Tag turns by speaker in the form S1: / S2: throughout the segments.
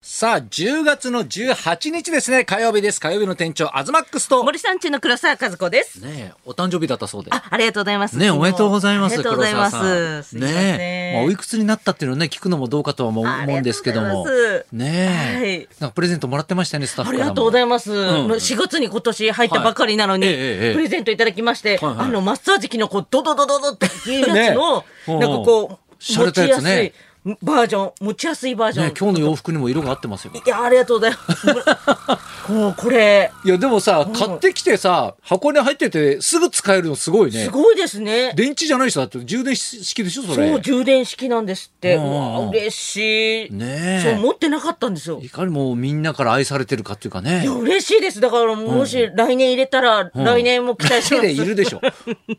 S1: さあ、10月の18日ですね、火曜日です。火曜日の店長、アズマックスと。ね
S2: 森さんちの黒沢和子です。
S1: え、お誕生日だったそうで。
S2: あ、ありがとうございます。
S1: ねえ、おめでとうございます。
S2: ありがとうございま
S1: 黒沢さ
S2: す。す
S1: ん
S2: い
S1: ね
S2: ません
S1: え、まあ、おいくつになったっていうのね、聞くのもどうかとは思う
S2: あ
S1: 思うんですけども
S2: ありがとうござい。ます
S1: ねえ、
S2: はい
S1: なんかプレゼントもらってましたよね、スタッ
S2: あ
S1: フ
S2: り
S1: からも。
S2: がとうございます。
S1: ん
S2: もう4月に今年入ったばかりなのに、
S1: はいええええ
S2: プレゼントいただきまして、
S1: はいはい
S2: あの、マッサージ機のこう、ドドドドドっていうやつ
S1: ね
S2: の、なんかこう、
S1: しゃれ
S2: 持
S1: た
S2: ち
S1: や
S2: や
S1: つ
S2: す
S1: ね
S2: いバージョン、持ちやすいバージョン。
S1: ねえ今日の洋服にも色が合ってますよ。
S2: いや、ありがとうございます。 こう、これ、
S1: いや、でもさ、買ってきてさ、箱に入ってて、すぐ使えるのすごいね
S2: す。ごいですね。
S1: 電池じゃないでしょだって充電式でしょそれ。
S2: そう、充電式なんですって。
S1: う
S2: うん
S1: うんうん
S2: わ嬉しい。
S1: ね
S2: そう、
S1: え。
S2: 持ってなかったんですよ。
S1: いかにもみんなから愛されてるかっていうかね。
S2: いや、嬉しいです。だから、もし来年入れたら、
S1: ん
S2: 来年も期待して
S1: 手
S2: ます。
S1: でい るでしょ。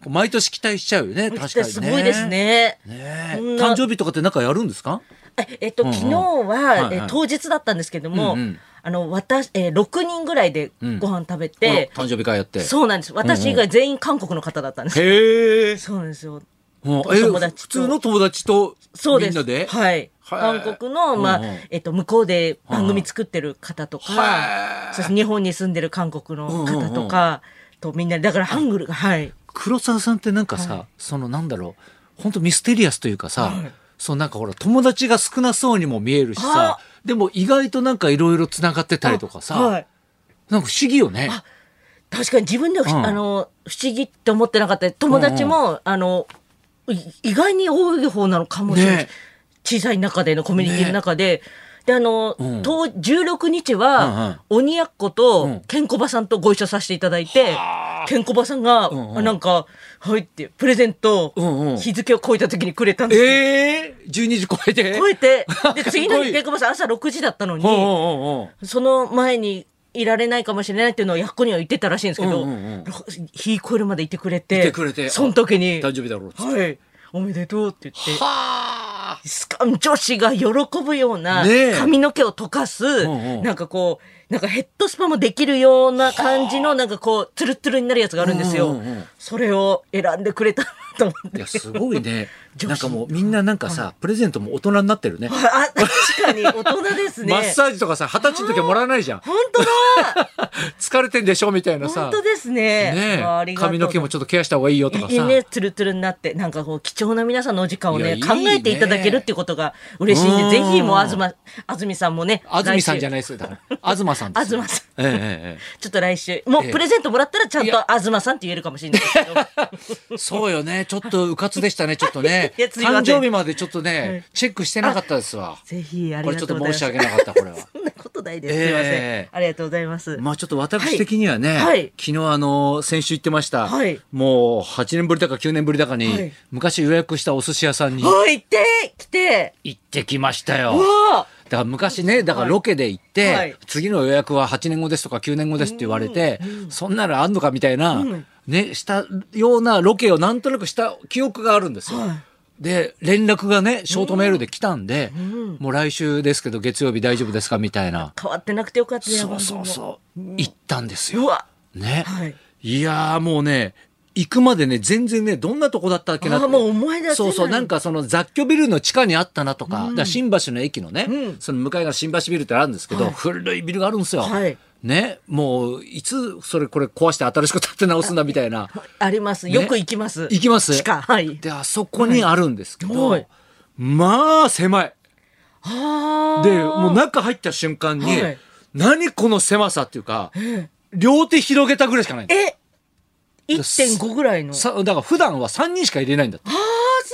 S1: 毎年期待しちゃうよね、確かにね。
S2: すごいです。ね。
S1: ねえ
S2: そんな
S1: 誕生日とかってなんかやるんですか
S2: ええっと、
S1: うんうん
S2: 昨日
S1: い
S2: は、
S1: はい
S2: え当日だったんですけども、
S1: うんうん
S2: あの、私、えー、6人ぐらいで
S1: ん
S2: ご飯食べ
S1: あら
S2: て、
S1: 誕生日会やって。
S2: そうなんです。私以外全員韓国の方だったんです。
S1: へえ。
S2: そうなんですよ。
S1: うん
S2: お
S1: え
S2: 友達と
S1: 普通の友達と
S2: そう
S1: み
S2: で
S1: ん
S2: す。
S1: なで
S2: はい。
S1: はい
S2: 韓国の、まあ、
S1: うんうん
S2: えっと、向こうで番組作ってる方と
S1: は
S2: か
S1: い、
S2: そして日本に住んでる韓国の方とか、とみんなで、だからハングルが、はい。
S1: 黒沢さんってなんかさ、そのなんだろう本当ミステリアスというかさ、そうなんかほら友達が少なそうにも見えるしさ
S2: あ
S1: でも意外となんかいろいろつながってたりとかさ、
S2: はい。
S1: なんか不思議よね。
S2: 確かに自分では、
S1: うん
S2: あの不思議って思ってなかった友達も、あのい意外に多い方なのかもしれない、
S1: ね
S2: 小さい中でのコミュニティの中で、であの、
S1: うん
S2: 当16日は、鬼奴と、
S1: うん
S2: ケンコバさんとご一緒させていただいて、ケンコバさんが、
S1: んうん
S2: あなんか「はい」ってプレゼントを、
S1: うんうん
S2: 日付を超えた時にくれたんですよ。
S1: えー、12時超えて。
S2: 超えて
S1: すご
S2: で
S1: い
S2: 次の日ケンコバさん朝6時だったのに。
S1: うんうんうんうん
S2: その前にいられないかもしれないっていうのをやっこには言ってたらしいんですけど、
S1: うんうんうん
S2: 日越えるまでいてくれて、
S1: いてくれて
S2: その時に、
S1: 誕生日だろうっつって
S2: はい、おめでとうって言って、
S1: はあ。
S2: スカ女子が喜ぶような
S1: ねえ
S2: 髪の毛を溶かす、
S1: んうん
S2: なんかこう、なんかヘッドスパもできるような感じの、なんかこう、ツルツルになるやつがあるんですよ。
S1: うんうんうん
S2: それを選んでくれたなと思っ
S1: い
S2: て
S1: や、。すごいね。
S2: 女子
S1: なんかもうみんななんかさ、プレゼントも大人になってるね。
S2: あ、確かに大人ですね。
S1: マッサージとかさ、二十歳の時はもらわないじゃん。
S2: 本当だ
S1: 疲れてんでしょみたいなさ
S2: 本。当ですね。
S1: ね
S2: ああ
S1: え
S2: りがとう
S1: 髪の毛もちょっとケアした方がいいよとか
S2: いい
S1: さ。
S2: ね、つるつるになって、なんかこう、貴重な皆さんのお時間を
S1: いや
S2: ね、
S1: いいね
S2: 考えていただけるっていうことが嬉しいん
S1: うん
S2: で、ぜひもう、あずま、あずみさんもね、
S1: 安住さんじゃな
S2: ない。
S1: いですよ。だから。安住さんですよ。
S2: 東さ
S1: ん。えええ
S2: ちょっと来週、も
S1: ええ
S2: うプレゼントもらったらちゃん
S1: いや
S2: と、あずまさんって言えるかもしれないですけ ど、。
S1: えそうよね。ちょっとうかつでしたね、ちょっとね
S2: いやすいませ
S1: 誕
S2: ん
S1: 生日までちょっとね、
S2: はい
S1: チェックしてなかったですわ。
S2: ぜひ、あ
S1: こ
S2: り
S1: れ
S2: が
S1: ちょっ
S2: とう
S1: と
S2: ござい
S1: 申
S2: ます。
S1: し訳なかった、これは。
S2: そんなことないです。すいません。
S1: ええ
S2: ありがとうございます。
S1: まあちょっと私的にはね、
S2: はい
S1: 昨日あの先週行ってました、
S2: はい
S1: もう8年ぶりだか9年ぶりだかに、
S2: はい
S1: 昔予約したお寿司屋さんに
S2: おい、行って来て
S1: 行ってきました
S2: う
S1: よ。
S2: わ
S1: だから昔ね、だからロケで行って、
S2: はい
S1: 次の予約は8年後ですとか9年後ですって言われて、そんなのあんのかみたいな、ね、したようなロケをなんとなくした記憶があるんですよ。で、連絡がね、ショートメールで来たんで、もう来週ですけど月曜日大丈夫ですかみたいな。
S2: 変わってなくてよかったね
S1: そうそうそう。行ったんです
S2: う
S1: よ。
S2: わ
S1: ね。
S2: はい
S1: いやーもうね、行くまでね、全然ね、どんなとこだったっけなって。
S2: あーもう思い出せない
S1: そうそう、なんかその雑居ビルの地下にあったなとか、だから新橋の駅のね、その向かいが新橋ビルってあるんですけど、古いビルがあるんですよ。
S2: はい
S1: ね、もう、いつ、それこれ壊して新しく建て直すんだみたいな。
S2: あります。よく行きます。
S1: 行きます
S2: 地下、はい。
S1: で、あそこにあるんですけど、
S2: はい
S1: まあ、狭い。
S2: ああ。
S1: で、もう中入った瞬間に、
S2: はい
S1: 何この狭さっていうか、両手広げたぐらいしかないんだよ
S2: え ?1.5 ぐらいの。
S1: さだから普段は3人しか入れないんだって
S2: あー、す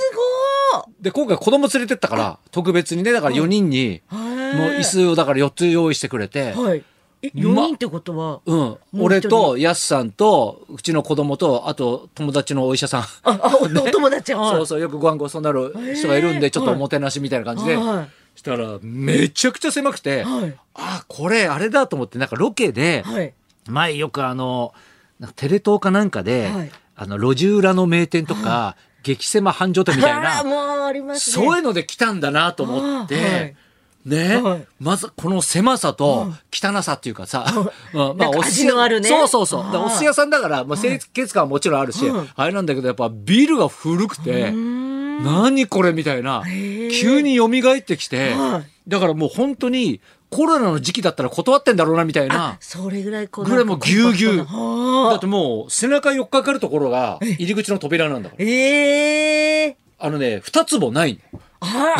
S2: ごー
S1: で、今回子供連れてったから、特別にね、だから4人に、もう
S2: ー
S1: 椅子をだから4つ用意してくれて、
S2: はい。え、
S1: ま
S2: 4人ってことは、
S1: うん、
S2: 人
S1: 俺と、やすさんと、うちの子供と、あと、友達のお医者さん。
S2: あ、あ、おお友達は。
S1: そうそう、よくご飯ごちそうになる人がいるん
S2: へ
S1: で、
S2: ー
S1: ちょっとおもてなしみたいな感じで
S2: はい、
S1: したら、めちゃくちゃ狭くて
S2: はい、
S1: あ、これ、あれだと思って、なんかロケで、
S2: はい。
S1: 前よくあの、なんかテレ東かなんかで
S2: はい、
S1: あの、路地裏の名店とか、激狭繁盛店みたい
S2: あ
S1: な
S2: ら、、もうありますね。
S1: そういうので来たんだなと思って、
S2: あーはい
S1: ね、
S2: はい
S1: まずこの狭さと汚さっていうかさ、 うん
S2: なんか味のあるね
S1: そうそうそう。だから
S2: あ
S1: お
S2: ー
S1: 寿司屋さんだから、まあ、清潔感はもちろんあるし、
S2: はい
S1: あれなんだけど、やっぱビルが古くて、何これみたいな、
S2: へー
S1: 急に蘇ってきて
S2: は、
S1: だからもう本当に、コロナの時期だったら断ってんだろうなみたいな
S2: あそれぐらいこう
S1: ぐらいもうぎゅうぎゅう
S2: なんかコンパクトなはあ
S1: だってもう背中よっかかるところが入り口の扉なんだから
S2: ええ
S1: あのね2つもないの
S2: あ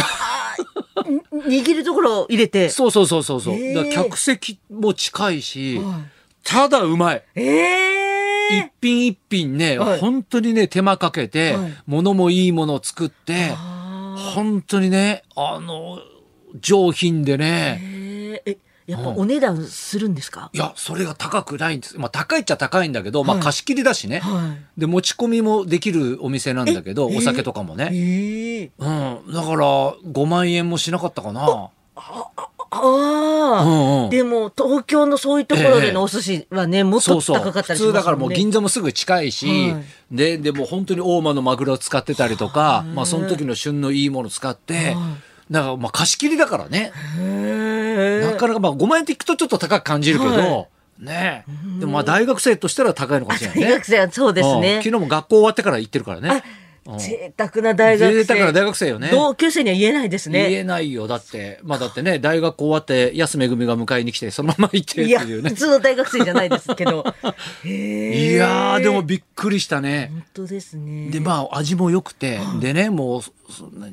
S2: あん 握るところを入れて。
S1: そうそうそうそうそう、
S2: へえ
S1: だから客席も近いし、
S2: はい
S1: ただうまい
S2: え
S1: 一
S2: え
S1: 品一品ね、
S2: はい
S1: 本当にね手間かけて、
S2: はい
S1: 物もいいものを作って
S2: あ
S1: 本当にねあの上品で
S2: ー
S1: ね、
S2: へええ、やっぱお値段するんですか、
S1: いやそれが高くないんですまあ高いっちゃ高いんだけど、まあ
S2: はい
S1: 貸し切りだしね、
S2: は
S1: で持ち込みもできるお店なんだけど
S2: え
S1: お酒とかも
S2: い。
S1: ね、
S2: ええ
S1: うんだから5万円もしなかったかな
S2: あ
S1: う
S2: あ、
S1: んうん
S2: でも東京のそういうところで
S1: ええ
S2: のお寿司はね、もっ
S1: そ
S2: と
S1: うそう
S2: 高かった
S1: 普
S2: りしますもんね。
S1: 通だからもう銀座もすぐ近いし、
S2: はい
S1: ででも本当に大間のマグロを使ってたりとか、まあ、その時の旬のいいもの使って、
S2: は
S1: だからまあ貸し切りだからね、
S2: へえ
S1: なかなかまあ5万円って聞くとちょっと高く感じるけど、
S2: は
S1: ねえでもまあ大学生としたら高いのかもしれない
S2: 大
S1: ね。
S2: 学生はそうです
S1: うん
S2: ね
S1: 昨。日も学校終わってから行ってるからね。うん
S2: 贅沢な大学生。
S1: 贅沢な大学生よね
S2: 同級生には言えないです
S1: 言
S2: ね。
S1: えないよだってまあだってね大学終わって安めぐみが迎えに来てそのまま行ってって
S2: いや、
S1: いうね
S2: 普。通の大学生じゃないですけど。
S1: い
S2: い
S1: やーでもびっくりしたね。
S2: 本当ですね。
S1: でまあ味も良くて、でねもうそそんな1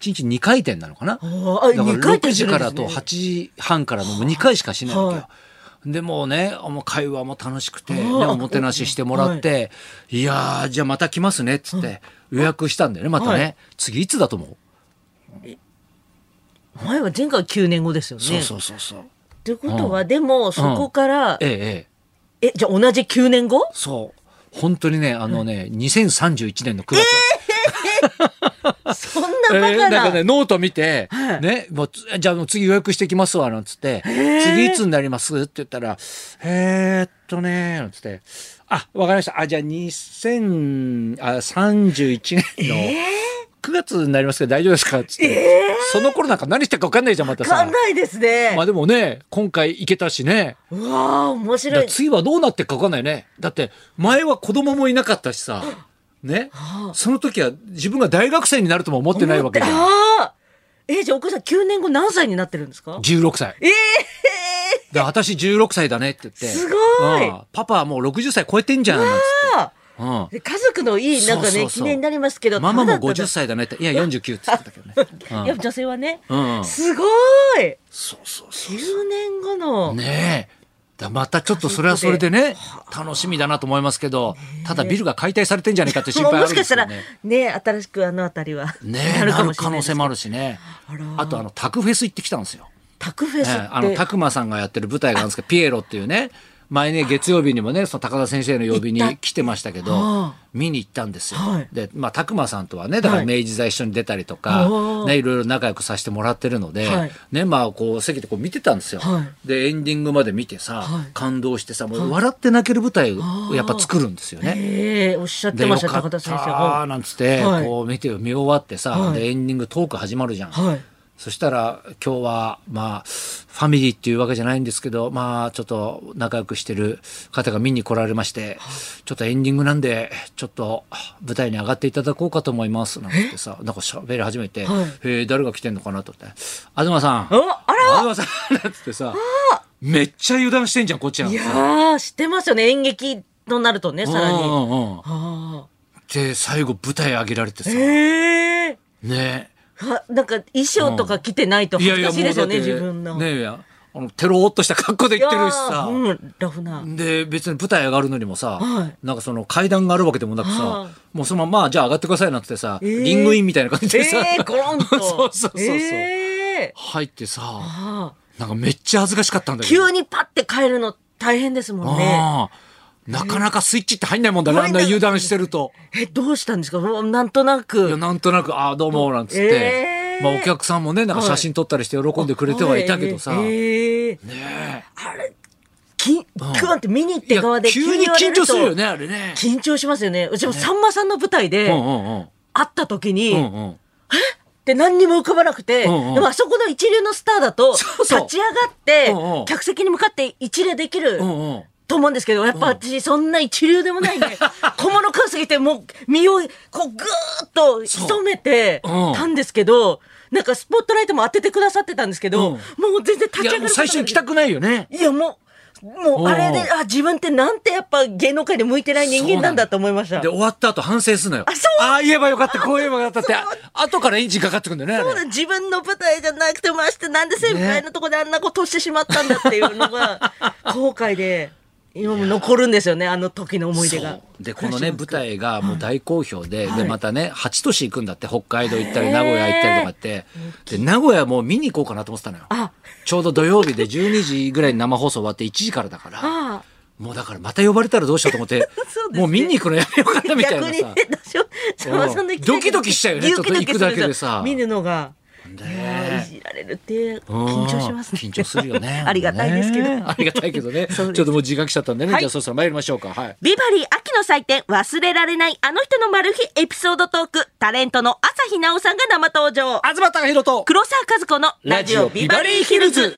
S1: 日2回転なのかなだか
S2: あ
S1: ら
S2: ーあ二回
S1: 6
S2: 転す
S1: 時
S2: る
S1: か
S2: んですね
S1: らと8時半からのもう2回しかしないわけよ
S2: は。
S1: でもうねあもう会話も楽しくて、
S2: あ
S1: ね、
S2: ー
S1: おもてなししてもらって「い、やーじゃあまた来ますね」っつって予約したんだよねまたね、
S2: はい
S1: 次いつだと思う、
S2: 前は前回は9年後ですよね。
S1: そうそうそうそう
S2: ってことは、でも、そこから、
S1: ええええ
S2: え、じゃあ同じ9 年後
S1: そう本当にねあのね、2031年の9月、
S2: そん
S1: え
S2: なバカ
S1: ーなんか
S2: な。
S1: ね、ノート見て、
S2: はい
S1: ね、もうつじゃあもう次予約してきますわ、なんつって、次いつになりますって言ったら、えーっとね、なんつって、あ、わかりました。あ、じゃあ2031年の9月になりますけど大丈夫ですかつって、その頃なんか何してるかわかんないじゃん、また
S2: わか
S1: さ
S2: ん。ないですね
S1: まあ。でもね、今回行けたしね、
S2: うわあ、面
S1: だか
S2: 白
S1: ら
S2: い。
S1: 次はどうなってるかわかんないね。だって、前は子供もいなかったしさ、ね、その時は自分が大学生になるとも思ってないわけじゃん。
S2: ああえ、じゃあお母さん9年後何歳になってるんですか
S1: 16歳。
S2: ええ
S1: で、私16歳だねって言って。
S2: すごい
S1: うんパパはもう60歳超えてんじゃん。なんつって
S2: あ
S1: うん
S2: ー家族のいい、なんか
S1: そうそ
S2: ね、
S1: うそう
S2: 記念になりますけど。
S1: ママも
S2: ただただ
S1: 50歳だねって。いや、49って言ってたけどね。うん
S2: い や、女性はね。
S1: うんうん
S2: すごい
S1: そうそうそ
S2: !9 年後の。
S1: う。ねえ。だまたちょっとそれはそれでね、楽しみだなと思いますけど、ただビルが解体されてんじゃないかって心
S2: もう
S1: 配ある
S2: もし
S1: んで
S2: かし
S1: す
S2: た
S1: よ
S2: ら
S1: ね。、
S2: ね、新しくあの辺りは、
S1: ねえ、
S2: なる
S1: な
S2: か
S1: る
S2: もしれ
S1: 可
S2: な
S1: 能
S2: いです
S1: 性
S2: けど
S1: もあるしね。
S2: あら
S1: あとあの、タクフェス行ってきたんですよ。
S2: タクフェスっ
S1: え
S2: て
S1: え、あの、
S2: タ
S1: た
S2: ク
S1: くまさんがやってる舞台があるんですけど、ピエロっていうね、前ね、月曜日にもね、その高田先生の曜日
S2: 行っ
S1: に
S2: た
S1: 来てましたけど
S2: はあ、
S1: 見に行ったんですよ
S2: はい。
S1: で、まあ、たくまさんとはね、だから
S2: はい
S1: 明治座一緒に出たりとか
S2: お、ー
S1: ね、いろいろ仲良くさせてもらってるので
S2: はい、
S1: ね、まあ、こう、席でこう見てたんですよ
S2: は。
S1: で、エンディングまで見てさ
S2: はい、
S1: 感動してさ、もう笑って泣ける舞台をやっぱ作るんですよね。
S2: ええおっしゃっ
S1: で
S2: てました、
S1: よか
S2: 高
S1: った
S2: 田先生は。
S1: なんつって、
S2: はい
S1: こう見て見終わってさ、
S2: はい
S1: でエンディングトーク始まるじゃん、
S2: はい
S1: そしたら今日はまあファミリーっていうわけじゃないんですけどまあちょっと仲良くしてる方が見に来られまして、ちょっとエンディングなんでちょっと舞台に上がっていただこうかと思いますなんつってさなんか喋り始めて、
S2: はい
S1: えー誰が来てんのかなと思って「東さん
S2: おあら
S1: 東さん」なんつってさめっちゃ油断してんじゃんこっちなん
S2: い
S1: て
S2: や
S1: さ。
S2: ー、知ってますよね、演劇となるとね、さ
S1: う
S2: らに。
S1: んうんうん
S2: あ
S1: で最後舞台上げられてさ
S2: ー。ええ
S1: ね
S2: はなんか衣装とか着てないと恥ずかしいですよね、
S1: だって
S2: 自分の。
S1: ねえあのテローっとした格好で
S2: い
S1: 行
S2: や
S1: って
S2: ー、
S1: るしさ、
S2: うん、ラフな。
S1: で別に舞台上がるのにもさ、
S2: はい
S1: なんかその階段があるわけでもなくさ、
S2: はい
S1: もうそのまままあじゃあ上がってくださいなんつってさ、
S2: えー
S1: リングインみたいな感じ
S2: え
S1: でさ、
S2: えコロンと。
S1: そうそうそうそう
S2: ええ
S1: 入ってさ
S2: あー
S1: なんかめっちゃ恥ずかしかったんだけど
S2: 急にパッて帰るの大変ですもんね。
S1: あーなかなかスイッチって入んないもんだね、
S2: えー
S1: あんな油断してると。
S2: え、どうしたんですかもうなんとない
S1: や
S2: く。
S1: なんとなく「ああどうも」なんつって、
S2: えー
S1: まあ、お客さんもねなんか写真撮ったりして喜んでくれてはいたけどさ、
S2: はいええ
S1: ね
S2: あれ、き、ク
S1: ん
S2: ワンって見に行っ
S1: えい
S2: て
S1: や
S2: 側で
S1: 急に
S2: 言われ
S1: 緊張
S2: と
S1: するよねあれね。
S2: 緊張しますよね。うちもさんまさんの舞台で
S1: うんうんうん
S2: 会った時に、
S1: うんうん
S2: で何にも浮かばなくて、
S1: うんうん
S2: でもあそこの一流のスターだと、
S1: そうそう
S2: 立ち上がって、
S1: うんうん
S2: 客席に向かって一礼できる。
S1: うんうん
S2: と思うんですけど、やっぱ私そんな一流で もないんで、小物食うすぎてもう身をこうぐーっと潜めて
S1: そううん
S2: たんですけど、なんかスポットライトも当ててくださってたんですけど、
S1: うん
S2: もう全然立ち
S1: い
S2: 上が
S1: や
S2: る
S1: もう最初行きた
S2: く
S1: くないよね
S2: いやもうもうあれ
S1: おう
S2: であ自分ってなんてやっぱ芸能界で向いてない人間なんだと思いました
S1: で
S2: そう
S1: 終わった後反省するのよ
S2: あそう
S1: ああ言えばよかったこう言えばよ かったって後からエンジンかかってくんだよねあれ
S2: だ自分の舞台じゃなくてましてなんで先輩のとこであんなことしてしまったんだっていうのが後悔で今も残るんですよねあの時の思い出が
S1: そうでこのね舞台がもう大好評で、でまたね8都市行くんだって北海道行ったり名古屋行ったりとかってで名古屋もう見に行こうかなと思ってたのよ
S2: あ
S1: ちょうど土曜日で12時ぐらいに生放送終わって1時からだから
S2: ああ
S1: もうだからまた呼ばれたらどうしようと思って
S2: そうですね
S1: もう見に行くのやめようかなみたいな
S2: 逆に
S1: さ
S2: ね、私はさんまさんの行きたい
S1: ドキドキしちゃうよね
S2: ドキドキする
S1: ちょっと行くだけでさ
S2: 見るのが。い
S1: ね
S2: やーいじられるって
S1: うん
S2: 緊張しますね。
S1: 緊張するよね
S2: ありがたいですけど。
S1: ね ありがたいけどねち
S2: そ
S1: ょ
S2: う
S1: っ
S2: です
S1: ともう時間来ちゃったんでね、
S2: はい
S1: じゃあそろそろ参りましょうかはい
S2: ビバリー秋の祭典忘れられないあの人のマル秘エピソードトークタレントの朝日奈央さんが生登場
S1: 東隆弘と
S2: 黒沢和子のラジオビバリーヒルズ